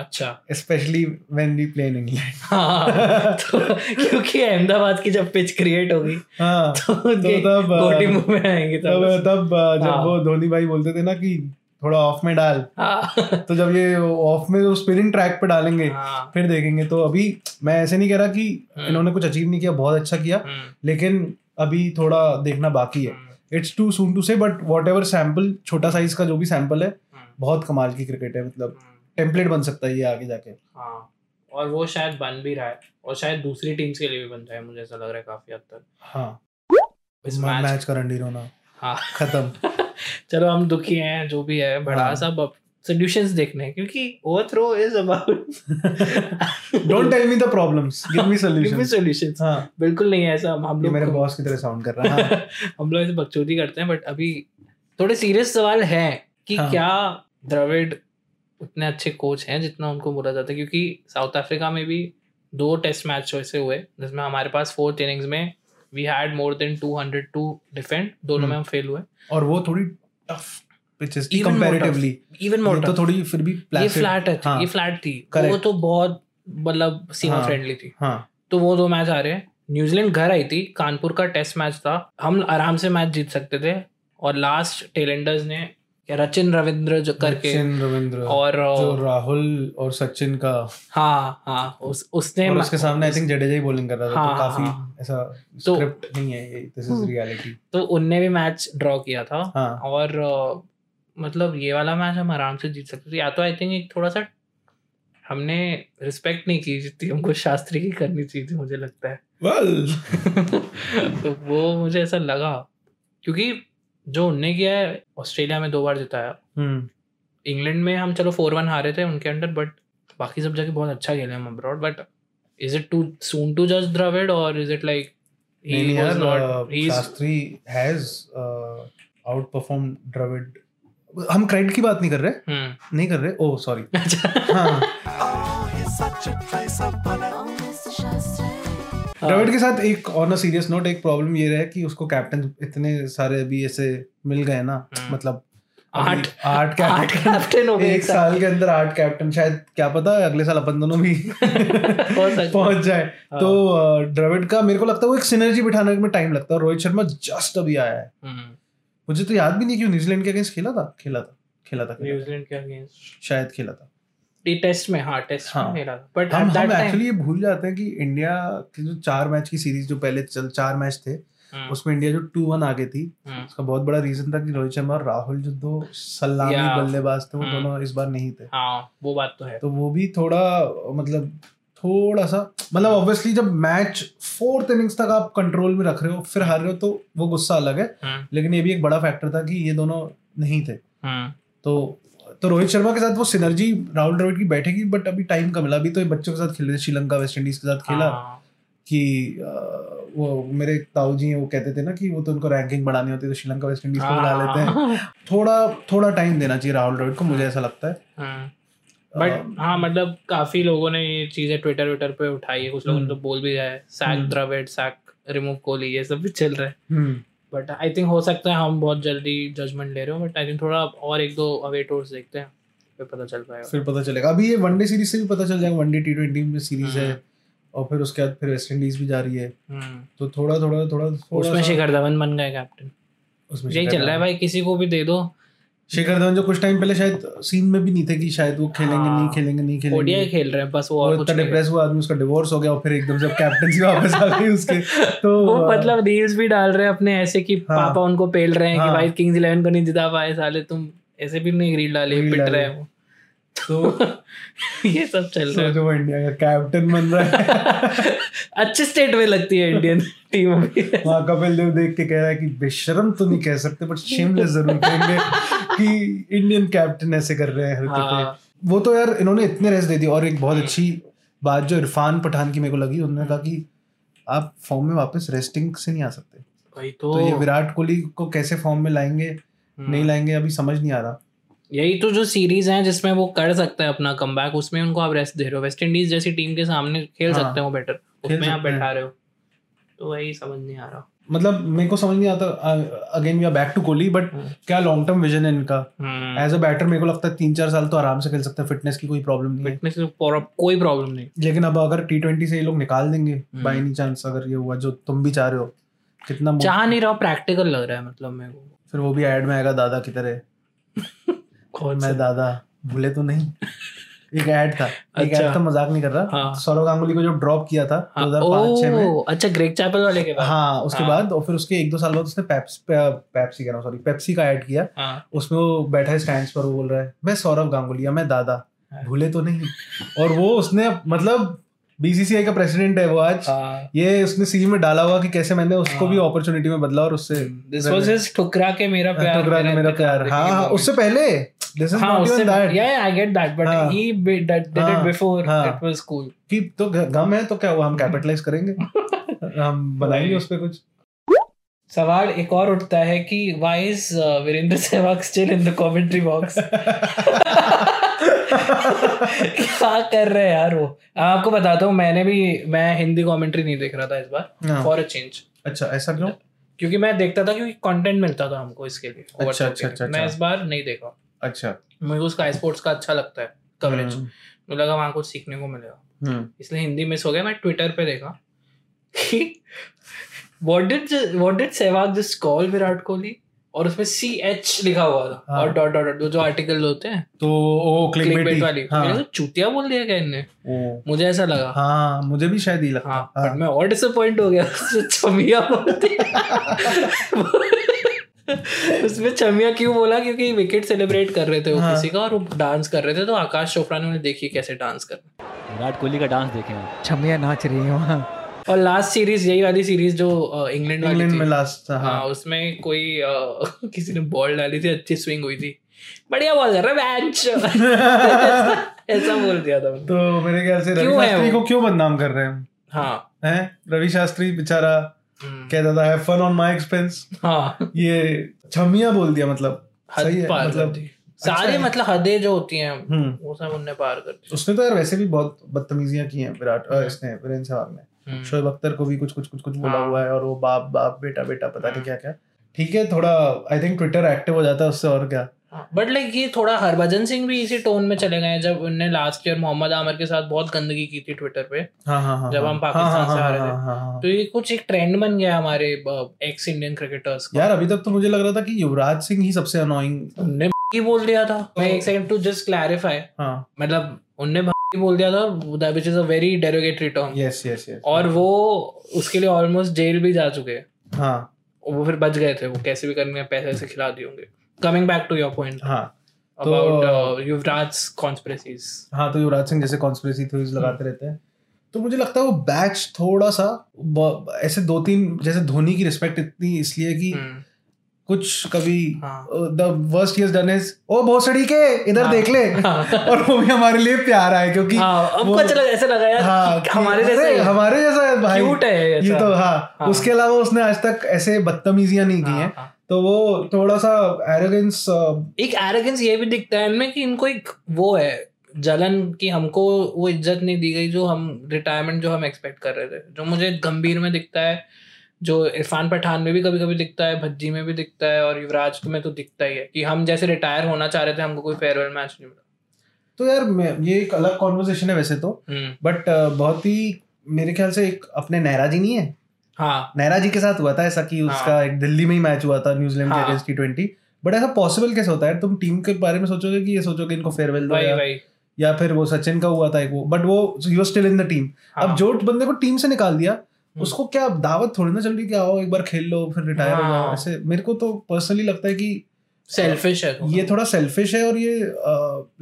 अच्छा
specially when we play in England
हाँ, तो क्योंकि अहमदाबाद की जब पिच क्रिएट होगी
हाँ
तो उनके
तब, आ,
गोटी मुंह में आएंगे
तब
तब
तब अ,
हाँ।
जब वो धोनी भाई बोलते थे ना कि थोड़ा ऑफ में डाल
हाँ,
तो जब ये ऑफ में वो स्पिनिंग ट्रैक पे डालेंगे
हाँ,
फिर देखेंगे तो अभी मैं ऐसे नहीं कह रहा कि
हम्म।
इन्होंने कुछ अचीव नहीं किया बहुत अच्छा किया
हम्म,
लेकिन अभी थोड़ा देखना बाकी है
hmm,
it's too soon to say but whatever sample छोटा साइज का जो भी सैम्पल है
हम्म,
बहुत कमाल की क्रिकेट है मतलब
हम्म,
टेम्पलेट बन सकता है ये आगे जाके
हाँ, और वो शायद बन भी रहा है और शायद दूसरी टीम्स के लिए भी बन रहा है मुझे ऐसा लग रहा है काफी हद तक
हाँ
इस मैच
मैच का रणधीर होना
हाँ
खत्म
चलो हम दुखी हैं जो भी है बड़ा
हाँ।
सब सोल्यूशंस देखने हैं क्योंकि over throw is about
don't tell me the problems give me solutions
solutions
हाँ
बिल्कुल नहीं है ऐसा हम- हम
ये
लोग
मेरे
को-
बॉस की तरह साउंड कर रहा है हाँ,
हम लोग ऐसे बकचोदी करते हैं बट अभी थोड़े सीरियस सवाल है कि
हाँ।
क्या द्रविड उतने अच्छे कोच हैं जितना उनको बोला जाता है क्योंकि साउथ अफ्रीका में भी दो टेस्ट मैच ऐसे हुए जिसमें हमारे पास फोर्थ इनिंग्स में we had more than 200 to defend दोनों
हम्म।
में हम फेल हुए
और वो थोड़ी टफ पिचेस की
Even more tough.
Comparatively
even more
तो थोड़ी फिर भी
ये
placid-
फ्लैट है
हाँ,
ये फ्लैट थी वो
Correct.
तो बहुत मतलब सीमा
हाँ।
फ्रेंडली थी
हाँ
तो वो दो मैच आ रहे हैं न्यूजीलैंड घर आई थी कानपुर का टेस्ट मैच था हम आराम से मैच जीत सकते थे और लास्ट टेलेंडर्स ने क्या रचिन रविंद्र जो करके
सचिन रविंद्र
और
जो राहुल और सचिन का
हाँ हाँ उस उसने
और उसके सामने आई थिंक जडेजा ही बॉलिंग कर रहा था
हाँ,
तो काफी
हाँ।
ऐसा
तो-
स्क्रिप्ट नहीं है ये दिस इज रियलिटी
तो उनने भी मैच ड्रॉ किया था
हाँ
और अ, मतलब ये वाला मैच हम आराम से जीत सकते थे या तो आई थिंक एक थोड़ा सा हमने रिस्पेक्ट नहीं की जितनी हमको शास्त्री की करनी चाहिए थी मुझे लगता है
वेल
तो वो मुझे ऐसा लगा क्योंकि जो उनने किया है ऑस्ट्रेलिया में दो बार जिताया
हम्म
इंग्लैंड में हम चलो फोर वन हारे थे उनके अंडर बट बाकी सब जगह बहुत अच्छा खेले हम abroad but is it too soon to जज द्रविड और इज इट लाइक
नहीं यार uh, Shastri has outperform Dravid हम क्रेडिट की बात नहीं कर रहे
हम्म।
नहीं कर रहे ओह सॉरी
अच्छा।
हाँ
हाँ।
द्रविड के साथ एक ऑन अ सीरियस नोट एक प्रॉब्लम ये रहा है कि उसको कैप्टन इतने सारे अभी ऐसे मिल गए ना
हम्म।
मतलब अभी
आठ
आठ
आठ
कैप्टन
कैप्टन हो गए
एक साल के अंदर आठ कैप्टन शायद क्या पता अगले साल अपन दोनों भी
हाँ, हो सकता है।
पहुंच जाए
हाँ।
तो अ, द्रविड का मेरे को लगता है वो एक सिनर्जी बिठाने में टाइम लगता है और रोहित शर्मा जस्ट अभी आया है
हम्म,
मुझे तो याद भी नहीं कि वो न्यूजीलैंड के अगेंस्ट खेला था खेला था खेला था खेला
न्यूजीलैंड के अगेंस्ट
था। शायद खेला था
टेस्ट में हाँ टेस्ट
हाँ।
में खेला था बट
हम
एट
हम
दैट
एक्चुअली ये भूल जाते हैं कि इंडिया के जो चार मैच की सीरीज जो पहले चल चार मैच थे
टाइम
उसमें इंडिया जो टू वन आगे थी
हम्म।
उसका बहुत बड़ा रीजन था कि रोहित शर्मा और राहुल जो दो सलामी
Yeah.
बल्लेबाज थे वो
हम्म।
दोनों इस बार नहीं थे
हाँ वो बात तो है
तो वो भी थोड़ा मतलब थोड़ा सा मतलब ऑब्वियसली जब मैच फोर्थ इनिंग्स तक आप कंट्रोल में रख रहे हो फिर हार रहे हो तो वो गुस्सा अलग है
हम्म,
लेकिन ये भी एक बड़ा फैक्टर था कि ये दोनों नहीं थे
हम्म,
तो तो रोहित शर्मा के साथ वो सिनर्जी राहुल द्रविड़ की बैठेगी बट अभी टाइम का मिला अभी तो ये बच्चों के साथ खेल रहे थे, श्रीलंका वेस्ट इंडीज के साथ खेला
हाँ,
कि अ, वो मेरे ताऊ जी हैं वो कहते थे ना कि वो तो उनको रैंकिंग बढ़ानी होती है तो श्रीलंका वेस्ट इंडीज को बढ़ा लेते हैं
हाँ,
थोड़ा थोड़ा टाइम देना चाहिए राहुल द्रविड़ को मुझे ऐसा लगता है
हाँ। बट
अ,
हाँ मतलब काफी लोगों ने ये चीजें ट्विटर ट्विटर पे उठाई है कुछ
Hmm.
लोगों ने तो बोल भी जाए sack
hmm.
Dravid sack remove Kohli ये सब भी चल रहा है
हम्म,
बट आई थिंक हो सकता है हम बहुत जल्दी जजमेंट ले रहे हो बट आई थिंक थोड़ा और एक दो अवे टूर्स देखते हैं फिर पता चल पाएगा
फिर पता चलेगा अभी ये वनडे सीरीज से भी पता चल जाएगा वनडे टी ट्वेंटी में सीरीज है और फिर उसके बाद फिर वेस्ट इंडीज भी जा रही है
हम्म।
तो थोड़ा थोड़ा थोड़ा थोड़ा
उसमें
सा-
शिखर धवन बन गए कैप्टन
उसमें
यही
शिखर
चल रहा है
धवन।
भाई किसी को भी दे दो
शिखर धवन जो कुछ टाइम पहले शायद सीन में भी नहीं थे कि शायद वो खेलेंगे
हाँ।
नहीं खेलेंगे नहीं खेलेंगे
ओडीआई खेल रहे हैं बस वो
वो
और कुछ
इतना
नहीं
डिप्रेस हुआ आदमी उसका डिवोर्स हो गया और फिर एकदम से कैप्टनसी वापस आ गई उसके तो
वो
अ,
मतलब रील्स भी डाल रहे हैं अपने ऐसे कि
हाँ।
पापा उनको पेल रहे हैं कि
हाँ।
भाई किंग्स इलेवन को नहीं जिता पाए साले तुम ऐसे भी नहीं रील डाले
Reel
पिट
डाली।
रहे हैं
तो
वो ये सब चल रहा है
सोचो वो इंडिया का कैप्टन बन रहा है
अच्छे स्टेट में लगती है इंडियन टीम अभी
हाँ कपिल देव देख के कह रहा है कि बेशरम तो नहीं कह सकते बट शेमलेस जरूर कहेंगे कि इंडियन कैप्टन ऐसे कर रहे हैं हरकतें
हाँ।
वो तो यार इन्होंने इतने रेस्ट दे दी और एक बहुत अच्छी बात जो इरफान पठान की मेरे को लगी उन्होंने कहा कि आप फॉर्म में वापस रेस्टिंग से नहीं आ सकते
भाई
तो हम्म। ये विराट कोहली को कैसे फॉर्म में लाएंगे
हम्म।
नहीं लाएंगे अभी समझ नहीं आ रहा
यही तो जो सीरीज है जिसमें वो कर सकता है अपना कम उसमें उनको आप रेस्ट दे रहे हो वेस्ट इंडीज जैसी टीम के सामने खेल
हाँ।
सकते हो बेटर
खेल
उसमें आप
सकते हैं।
बैठा रहे हो तो वही समझ नहीं आ रहा
मतलब मेरे को समझ नहीं आता again we are back to Kohli but
hmm.
क्या लॉन्ग टर्म विजन है इनका
हम्म
एज अ बैटर मेरे को लगता है तीन चार साल तो आराम से खेल सकते हैं फिटनेस की कोई प्रॉब्लम नहीं है
फिटनेस में प्रॉब- कोई प्रॉब्लम नहीं
लेकिन अब अगर टी ट्वेंटी से ये लोग निकाल देंगे
हम्म।
बाई एनी चांस अगर ये हुआ जो तुम भी चाह रहे हो कितना मो-
चाह नहीं रहा प्रैक्टिकल लग रहा है मतलब मेरे को
फिर वो भी एड में आएगा दादा की
अच्छा।
तरह
कौन
मैं दादा भूले तो नहीं एक एड था एक
अच्छा।
एड तो मजाक नहीं कर रहा
हाँ।
सौरव गांगुली को जो ड्रॉप किया था दो हजार पाँच छह में
ओ हाँ। अच्छा ग्रेग चैपल वाले के बाद
हाँ उसके
हाँ।
बाद और फिर उसके एक दो साल बाद उसने पैप्स पैप्सी कह रहा हूँ सॉरी पेप्सी का ऐड किया
हाँ
उसमें वो बैठा है स्टैंड पर वो बोल रहा है मैं सौरव गांगुली मैं दादा
हाँ।
भूले तो नहीं और वो उसने मतलब बीसीसीआई का प्रेसिडेंट है वो आज
हाँ
ये उसने सीवी में डाला हुआ कि कैसे मैंने उसको
हाँ। Hmm,
भी अपॉर्चुनिटी में बदला और उससे
दिस वाज हिज ठुकरा के मेरा प्यार
टकरा के मेरा प्यार हाँ हाँ उससे पहले दिस इज
हाँ
नॉट
उससे
even that
yeah I get that but
हाँ।
ही डिड इट
हाँ,
बिफोर
हाँ।
इट वाज कूल
कि तो ग- गम है तो क्या हुआ हम कैपिटलाइज करेंगे हम बनाएंगे उस पे कुछ
सवाल एक और उठता है कि uh, why is Virender Sehwag still in the commentary box क्या कर रहे हैं यार वो आपको बताता हूँ मैंने भी मैं हिंदी कमेंट्री नहीं देख रहा था इस बार
हाँ।
फॉर अ चेंज
अच्छा ऐसा क्यों
क्योंकि मैं देखता था क्योंकि कंटेंट मिलता था हमको इसके लिए
अच्छा,
WhatsApp के लिए।
अच्छा,
मैं
अच्छा।
इस बार नहीं देखा
अच्छा
मेरे को स्काई स्पोर्ट्स का अच्छा लगता है कवरेज
हम्म,
मुझे लगा वहाँ कुछ सीखने को मिलेगा
हम्म।
इसलिए हिंदी मिस हो गया मैं ट्विटर पे देखा what did what did Sehwag just call Virat Kohli और उसमें सी एच लिखा हुआ था
हाँ।
और डॉट डॉट डॉट जो आर्टिकल होते हैं
तो ओ क्लिक
क्लिक बेट वाली Hmm.
हाँ
मैंने कहा, चूतिया बोल दिया क्या इनने
ओ,
मुझे ऐसा लगा
हाँ मुझे भी शायद ही लगता
हाँ
हाँ।
बट मैं और डिसअपॉइंट हो गया उसमें छमिया बोलती उसमें छमिया क्यों बोला क्योंकि विकेट सेलिब्रेट कर रहे थे वो
हाँ।
किसी का और वो डांस कर रहे थे तो आकाश चोपड़ा ने उन्हें देखी कैसे डांस कर
विराट कोहली का डांस देखे आप
छमिया नाच रही है वहाँ
और लास्ट सीरीज यही वाली सीरीज जो अ, इंग्लैंड वाली
इंग्लैंड
थी
में लास्ट हाँ
हाँ उसमें कोई अ, किसी ने बॉल डाली थी अच्छी स्विंग हुई थी बढ़िया बॉल कर रहा मैच ऐसा बोल दिया था उन्होंने।
तो मेरे ख्याल से रवि
क्यों है
शास्त्री
वो?
को क्यों बदनाम कर रहे हैं
हाँ
हैं रवि शास्त्री बेचारा
हम्म,
कहता था have fun on my expense
हाँ
ये छमिया बोल दिया मतलब
हद
सही है
पार
मतलब
कर दी सारे
है।
मतलब हदें जो होती हैं
हम्म।
वो सब उनने पार कर दी
उसने तो यार वैसे भी बहुत बदतमीजियां की हैं विराट अ, इसने वीरेंद्र सहवाग ने
हम्म,
शोएब अख्तर को भी कुछ कुछ कुछ कुछ बोला
हाँ। हम्म।
हुआ है और वो बाप बाप बेटा बेटा पता नहीं क्या क्या ठीक है थोड़ा आई थिंक ट्विटर एक्टिव हो जाता है उससे और क्या
हाँ, बट लाइक ये थोड़ा हरभजन सिंह भी इसी टोन में चले गए हैं जब उनने लास्ट ईयर मोहम्मद आमिर के साथ बहुत गंदगी की थी ट्विटर पे
हाँ हाँ हाँ
जब
हाँ,
हम
हाँ,
पाकिस्तान
हाँ,
से आ रहे
हाँ,
थे।
हाँ, हाँ, हाँ।
तो ये कुछ एक ट्रेंड बन गया हमारे एक्स इंडियन क्रिकेटर्स का
यार अभी तक तो मुझे लग रहा था कि युवराज सिंह ही सबसे अनोइंग
उनने ही बोल दिया था मैं एक सेकंड टू जस्ट क्लैरिफाई
हाँ
मतलब उनने भाई बोल दिया था which is a very derogatory term
yes yes yes
और वो उसके लिए ऑलमोस्ट जेल भी जा चुके हैं
हाँ
और वो फिर बच गए थे वो कैसे भी करके पैसे से खिला दिए होंगे coming back to your point
हाँ
अबाउट युवराज कॉन्स्पिरसीज हम्म।
हाँ तो युवराज सिंह जैसे कॉन्स्पिरेसी थ्योरीज लगाते रहते हैं तो मुझे लगता है वो बैच थोड़ा सा ब- ऐसे दो तीन जैसे धोनी की रिस्पेक्ट इतनी इसलिए कि
हम्म,
कुछ कभी
हाँ।
The worst he done is ओ भोसड़ी के इधर
हाँ।
देख ले
हाँ।
और वो भी हमारे लिए प्यार आए क्योंकि
हाँ, हमको
वो-
अच्छा लगा ऐसा लगा यार
हाँ,
कि
कि
हमारे
अरे,
जैसा ही है।
हमारे जैसा है भाई
Cute है ये
ये
ऐसा।
तो हाँ,
हाँ।
उसके अलावा उसने आज तक ऐसे बदतमीजियां नहीं की
हाँ,
हैं
हाँ।
तो वो थोड़ा सा एरोगेंस
एक एरोगेंस ये भी दिखता है इनमें कि इनको एक वो है जलन कि हमको वो इज्जत नहीं दी गई जो हम रिटायरमेंट जो हम एक्सपेक्ट कर रहे थे जो मुझे गंभीर में दिखता है जो इरफान पठान में भी कभी कभी दिखता है भज्जी में भी दिखता है और युवराज में तो दिखता ही है कि हम जैसे रिटायर होना चाह रहे थे हमको कोई फेयरवेल मैच नहीं मिला
तो यार मैं- ये एक अलग कॉन्वर्सेशन है वैसे तो
हम्म,
बट बहुत ही मेरे ख्याल से एक अपने नहरा जी नहीं है
हाँ
नहरा जी के साथ हुआ था ऐसा कि
हाँ।
उसका एक दिल्ली में ही मैच हुआ था न्यूजीलैंड के
हाँ।
अगेंस्ट टी ट्वेंटी बट ऐसा पॉसिबल कैसे होता है तुम टीम के बारे में सोचोगे कि ये सोचोगे इनको फेयरवेल दो
वही
या,
वही
या फिर वो सचिन का हुआ था एक वो बट वो you still in the team अब
हाँ। हम्म।
जो बंदे को टीम से निकाल दिया उसको क्या दावत थोड़ी ना चल रही कि आओ एक बार खेल लो फिर रिटायर हो जाओ
हाँ।
ऐसे मेरे को तो पर्सनली लगता है कि
सेल्फिश है तो।
ये थोड़ा सेल्फिश है और ये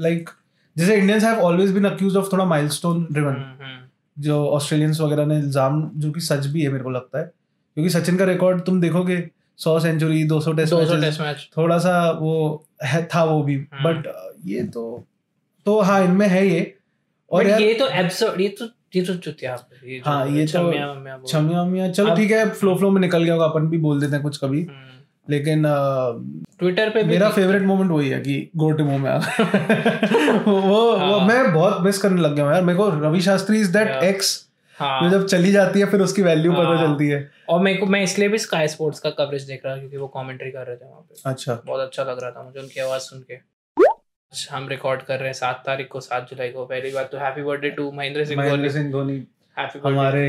लाइक जैसे Indians have always been accused of थोड़ा माइलस्टोन ड्रिवन
हम्म, हम्म,
जो ऑस्ट्रेलियंस वगैरह ने इल्जाम जो कि सच भी है मेरे को लगता है क्योंकि सचिन का रिकॉर्ड तुम देखोगे सौ सेंचुरी दो सौ टेस्ट
200
मैचेस
टेस्ट मैच
थोड़ा सा वो है था वो भी
हम्म।
बट ये तो तो हाँ इनमें है ये और
और
यार
ये तो एब्सर्ड ये तो ये तो चुतिया ये जो
हाँ, ये तो-
छमिया- वमिया बोल-
छमिया मिया चलो
अब-
ठीक है फ्लो फ्लो में निकल गया होगा अपन भी बोल देते हैं कुछ कभी
हम्म।
लेकिन अ,
ट्विटर पे भी
मेरा
दिख-
फेवरेट मोमेंट वही है कि गो टू मोम वो वो
हाँ।
मैं बहुत मिस करने लग गया हूँ यार मेरे को Ravi Shastri is that
Yeah.
X
हाँ
जो जब चली जाती है फिर उसकी वैल्यू पता
हाँ।
चलती है
और मेरे को मैं इसलिए भी स्काई स्पोर्ट्स का कवरेज देख रहा था क्योंकि वो कमेंट्री कर रहे थे वहाँ पे
अच्छा
बहुत अच्छा लग रहा था मुझे उनकी आवाज़ सुन के आज हम रिकॉर्ड कर रहे हैं सात तारीख को सात जुलाई को पहली बात तो happy birthday to Mahendra Singh
Mahendra
Dhoni
Singh Dhoni
happy birthday
हमारे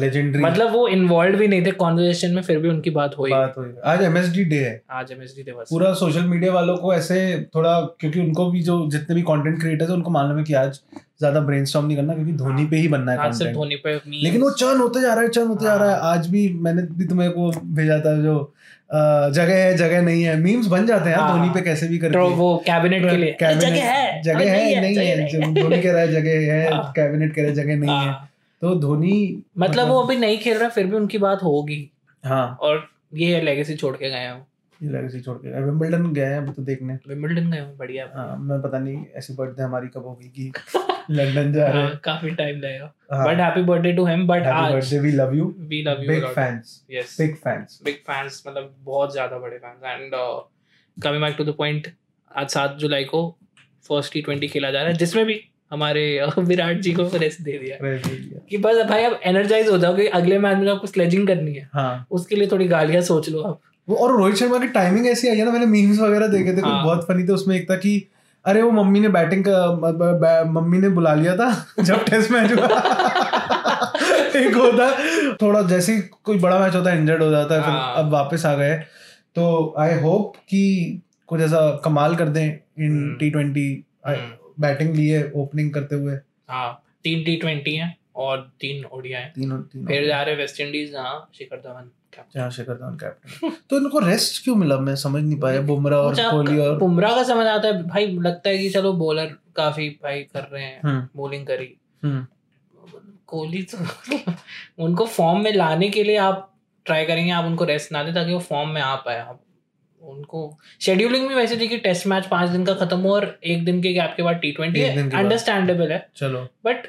लेजेंडरी
मतलब वो इन्वॉल्व भी नहीं थे कॉन्वर्सेशन में फिर भी उनकी बात हुई
बात हुई आज एमएसडी डे है
आज एमएसडी दिवस
पूरा सोशल मीडिया वालों को ऐसे थोड़ा क्योंकि उनको भी जो जितने भी कंटेंट क्रिएटर्स हैं उनको मालूम है कि आज ज्यादा ब्रेनस्टॉर्म नहीं करना क्योंकि धोनी पे ही बनना है
आज सिर्फ
कंटेंट
धोनी पे हाँ। memes-
लेकिन वो चर्न होते जा रहा है चर्न होते जा रहा है आज भी मैंने भी तुम्हें को भेजा था जो अ, जगह है जगह नहीं है मीम्स बन जाते हैं यार
हाँ।
धोनी पे कैसे भी करके
तो वो कैबिनेट के लिए
कैबिनेट-
जगह है
जगह
अरे
है नहीं है जब धोनी कह रहा है जगह है
हाँ।
कैबिनेट कह रहा है जगह नहीं है
हाँ।
तो धोनी
मतलब वो अभी नहीं खेल रहा फिर भी उनकी बात होगी
हाँ
और ये लेगेसी छोड़ के गए हैं वो
ये लेगेसी छोड़ के विंबलडन गए हैं अभी तो देखने
विंबलडन गए हैं बढ़िया
हाँ, मैं पता नहीं ऐसी बर्थडे हमारी कब होगी कि लंदन जा रहे हाँ,
हाँ, काफी टाइम लगेगा बट
हैं
happy birthday to him but
happy
हाँ। आज
birthday we love you
we love you
big fans
yes
big fans
big fans मतलब बहुत ज्यादा बड़े uh, fans and coming back to the point आज सात जुलाई को फर्स्ट टी ट्वेंटी खेला जा रहा है जिसमें भी हमारे uh, विराट जी को रेस्ट दे दिया है। कि बस भाई अब एनर्जाइज हो जाओ कि अगले मैच में आपको स्लेजिंग करनी है
हाँ
उसके लिए थोड़ी गालियां सोच लो आप
वो और रोहित शर्मा की टाइमिंग ऐसी आई है ना मैंने मीम्स वगैरह देखे थे कुछ
हाँ।
बहुत फनी थे उसमें एक था कि अरे वो मम्मी ने बैटिंग का ब- ब- ब- मम्मी ने बुला लिया था जब टेस्ट मैच हुआ एक होता थोड़ा जैसे ही कोई बड़ा मैच होता है इंजर्ड हो जाता है फिर
हाँ।
अब वापस आ गए तो आई होप कि कुछ ऐसा कमाल कर दें इन
हम्म।
टी ट्वेंटी
हम्म।
बैटिंग लिए ओपनिंग करते हुए
हाँ तीन टी ट्वेंटी है और तीन ओडिया है
तीनों तीनों
फिर जा रहे वेस्ट इंडीज जहाँ हाँ, शिखर धवन captain
जहाँ शिखर धवन कैप्टन तो इनको रेस्ट क्यों मिला मैं समझ नहीं पाया बुमराह और
मुझे
कोहली
आपका-
और
अच्छा, बुमराह का समझ आता है भाई लगता है कि चलो बॉलर काफी भाई कर रहे हैं
हम्म
बॉलिंग करी
हम्म
कोहली तो उनको फॉर्म में लाने के लिए आप ट्राई करेंगे आप उनको रेस्ट ना दें ताकि वो फॉर्म में आ पाए आप उनको शेड्यूलिंग में वैसे देखिए टेस्ट मैच पांच दिन का खत्म हो और एक दिन के गैप के बाद टी ट्वेंटी
एक दिन के बाद।
अंडरस्टैंडेबल है
चलो
but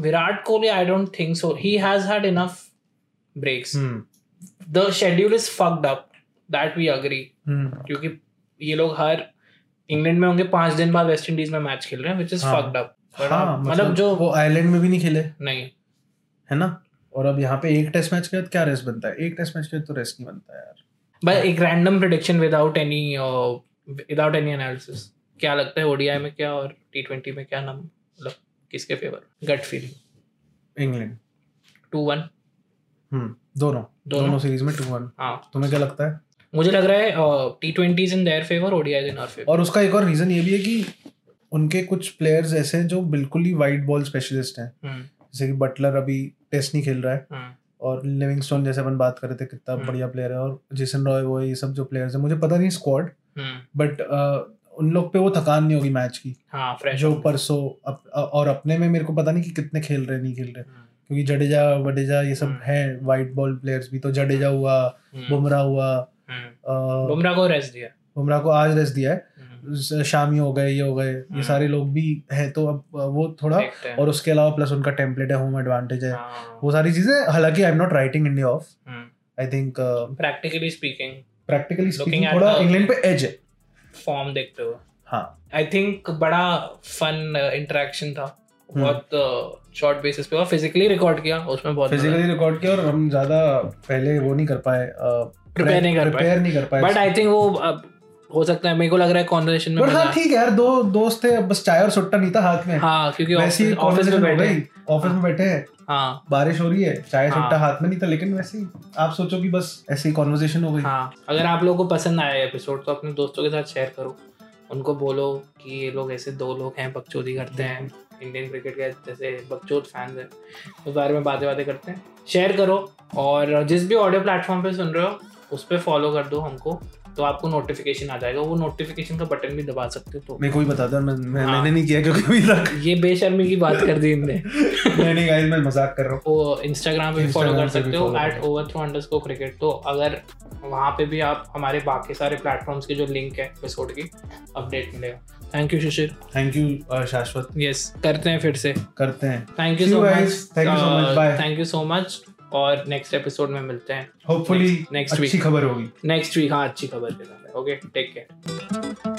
Virat Kohli I don't think so he has had enough breaks
hmm
the schedule is fucked up that we agree
hmm
क्योंकि ये लोग हर इंग्लैंड में होंगे पांच दिन बाद वेस्ट इंडीज में मैच खेल रहे हैं विच इज
हाँ।
फक्ड अप
हाँ,
मतलब जो
वो आयरलैंड में भी नहीं खेले
नहीं
है ना और अब यहाँ पे एक टेस्ट मैच के बाद क्या रेस्ट बनता है एक टेस्ट मैच के बाद तो रेस्ट नहीं बनता यार
बस एक random prediction without any without any analysis क्या लगता है ओडीआई में क्या और टी ट्वेंटी में क्या नाम मतलब किसके favour gut feeling
England
two one
hmm दोनों
दोनों?
दोनों सीरीज में टू वन
हाँ
तुम्हें क्या लगता है
मुझे लग रहा है uh, T twenty in their favour ODI in our favour
और उसका एक और रीजन ये भी है कि उनके कुछ प्लेयर्स ऐसे हैं जो बिल्कुल ही वाइट बॉल स्पेशलिस्ट हैं
हम्म,
जैसे कि बटलर अभी टेस्ट नहीं खेल रहा है और लिविंगस्टोन जैसे अपन बात कर रहे थे कितना
हम्म। हम्म।
बढ़िया प्लेयर है और जेसन रॉय वो ये सब जो प्लेयर्स हैं मुझे पता नहीं स्क्वाड बट उन लोग पे वो थकान नहीं होगी मैच की
हाँ फ्रेश
जो परसों अप, अ- और अपने में मेरे को पता नहीं कि कितने खेल रहे नहीं खेल रहे क्योंकि जडेजा वडेजा ये सब
हम्म।
हैं वाइट बॉल प्लेयर्स भी तो जडेजा हुआ बुमराह हुआ अ,
हम्म, बुमराह को रेस्ट दिया
बुमराह को आज रेस्ट दिया है
हम्म,
स- शामी हो गए ये हो गए ये
हम्म।
सारे लोग भी हैं तो अब अ, वो थोड़ा
देखते हैं।
और उसके अलावा प्लस उनका टेम्पलेट है होम एडवांटेज है
हाँ,
वो सारी चीजें हालांकि I am not writing India off
hmm.
I think
practically speaking
practically
Looking
speaking
at
थोड़ा
the-
इंग्लैंड पे एज है
फॉर्म देखते हुए
हाँ
आई थिंक बड़ा फन इंटरेक्शन था
हम्म।
बहुत शॉर्ट बेसिस पे और फिजिकली रिकॉर्ड किया उसमें बहुत
फिजिकली रिकॉर्ड किया और हम ज्यादा पहले वो नहीं कर पाए
Prepare नहीं कर पाए।
प्रिपेयर नहीं कर पाए
बट आई थिंक वो अब हो सकता है मेरे को लग रहा है कॉन्वर्सेशन में
बट हाँ
मजा-
ठीक है यार दो दोस्त थे बस चाय और सुट्टा नहीं था हाथ में
हाँ क्योंकि
वैसे ही
ऑफिस ऑफिस में बैठे हैं।
ऑफिस में बैठे हैं
हाँ
बारिश हो रही है चाय
हाँ।
सुट्टा हाथ में नहीं था लेकिन वैसे ही आप सोचो कि बस ऐसी कॉन्वर्जेशन हो गई
हाँ अगर आप लोगों को पसंद आया एपिसोड तो अपने दोस्तों के साथ शेयर करो उनको बोलो कि ये लोग ऐसे दो लोग हैं बकचोदी करते हैं इंडियन क्रिकेट के जैसे बकचोद फैंस हैं उस बारे में बातें बातें करते हैं शेयर करो और जिस भी ऑडियो प्लेटफॉर्म पे सुन रहे हो उस पर फॉलो कर दो हमको तो आपको नोटिफिकेशन आ जाएगा वो नोटिफिकेशन का बटन भी दबा सकते हो
मेरे को भी बता दो मैं, मैं
हाँ।
मैंने नहीं किया क्योंकि अभी तक
तो ये बेशर्मी की बात कर दी इनने
नहीं नहीं गाइस मैं मजाक कर रहा हूँ
वो इंस्टाग्राम तो पे भी फॉलो
Instagram
कर
पे
सकते
भी
हो
follow
एट
करो।
ओवर थ्रो अंडर क्रिकेट तो अगर वहाँ पे भी आप हमारे बाकी सारे प्लेटफॉर्म्स के जो लिंक है एपिसोड की अपडेट मिलेगा thank you Shishir
thank you uh, Shashwat
yes करते हैं फिर से
करते हैं
thank you
See you
so much
guys. Thank you so
Uh,
much. Bye.
Thank you so much और नेक्स्ट एपिसोड में मिलते हैं
होपफुली
Next- next
अच्छी
week.
खबर होगी
नेक्स्ट वीक हाँ अच्छी खबर के साथ ओके टेक केयर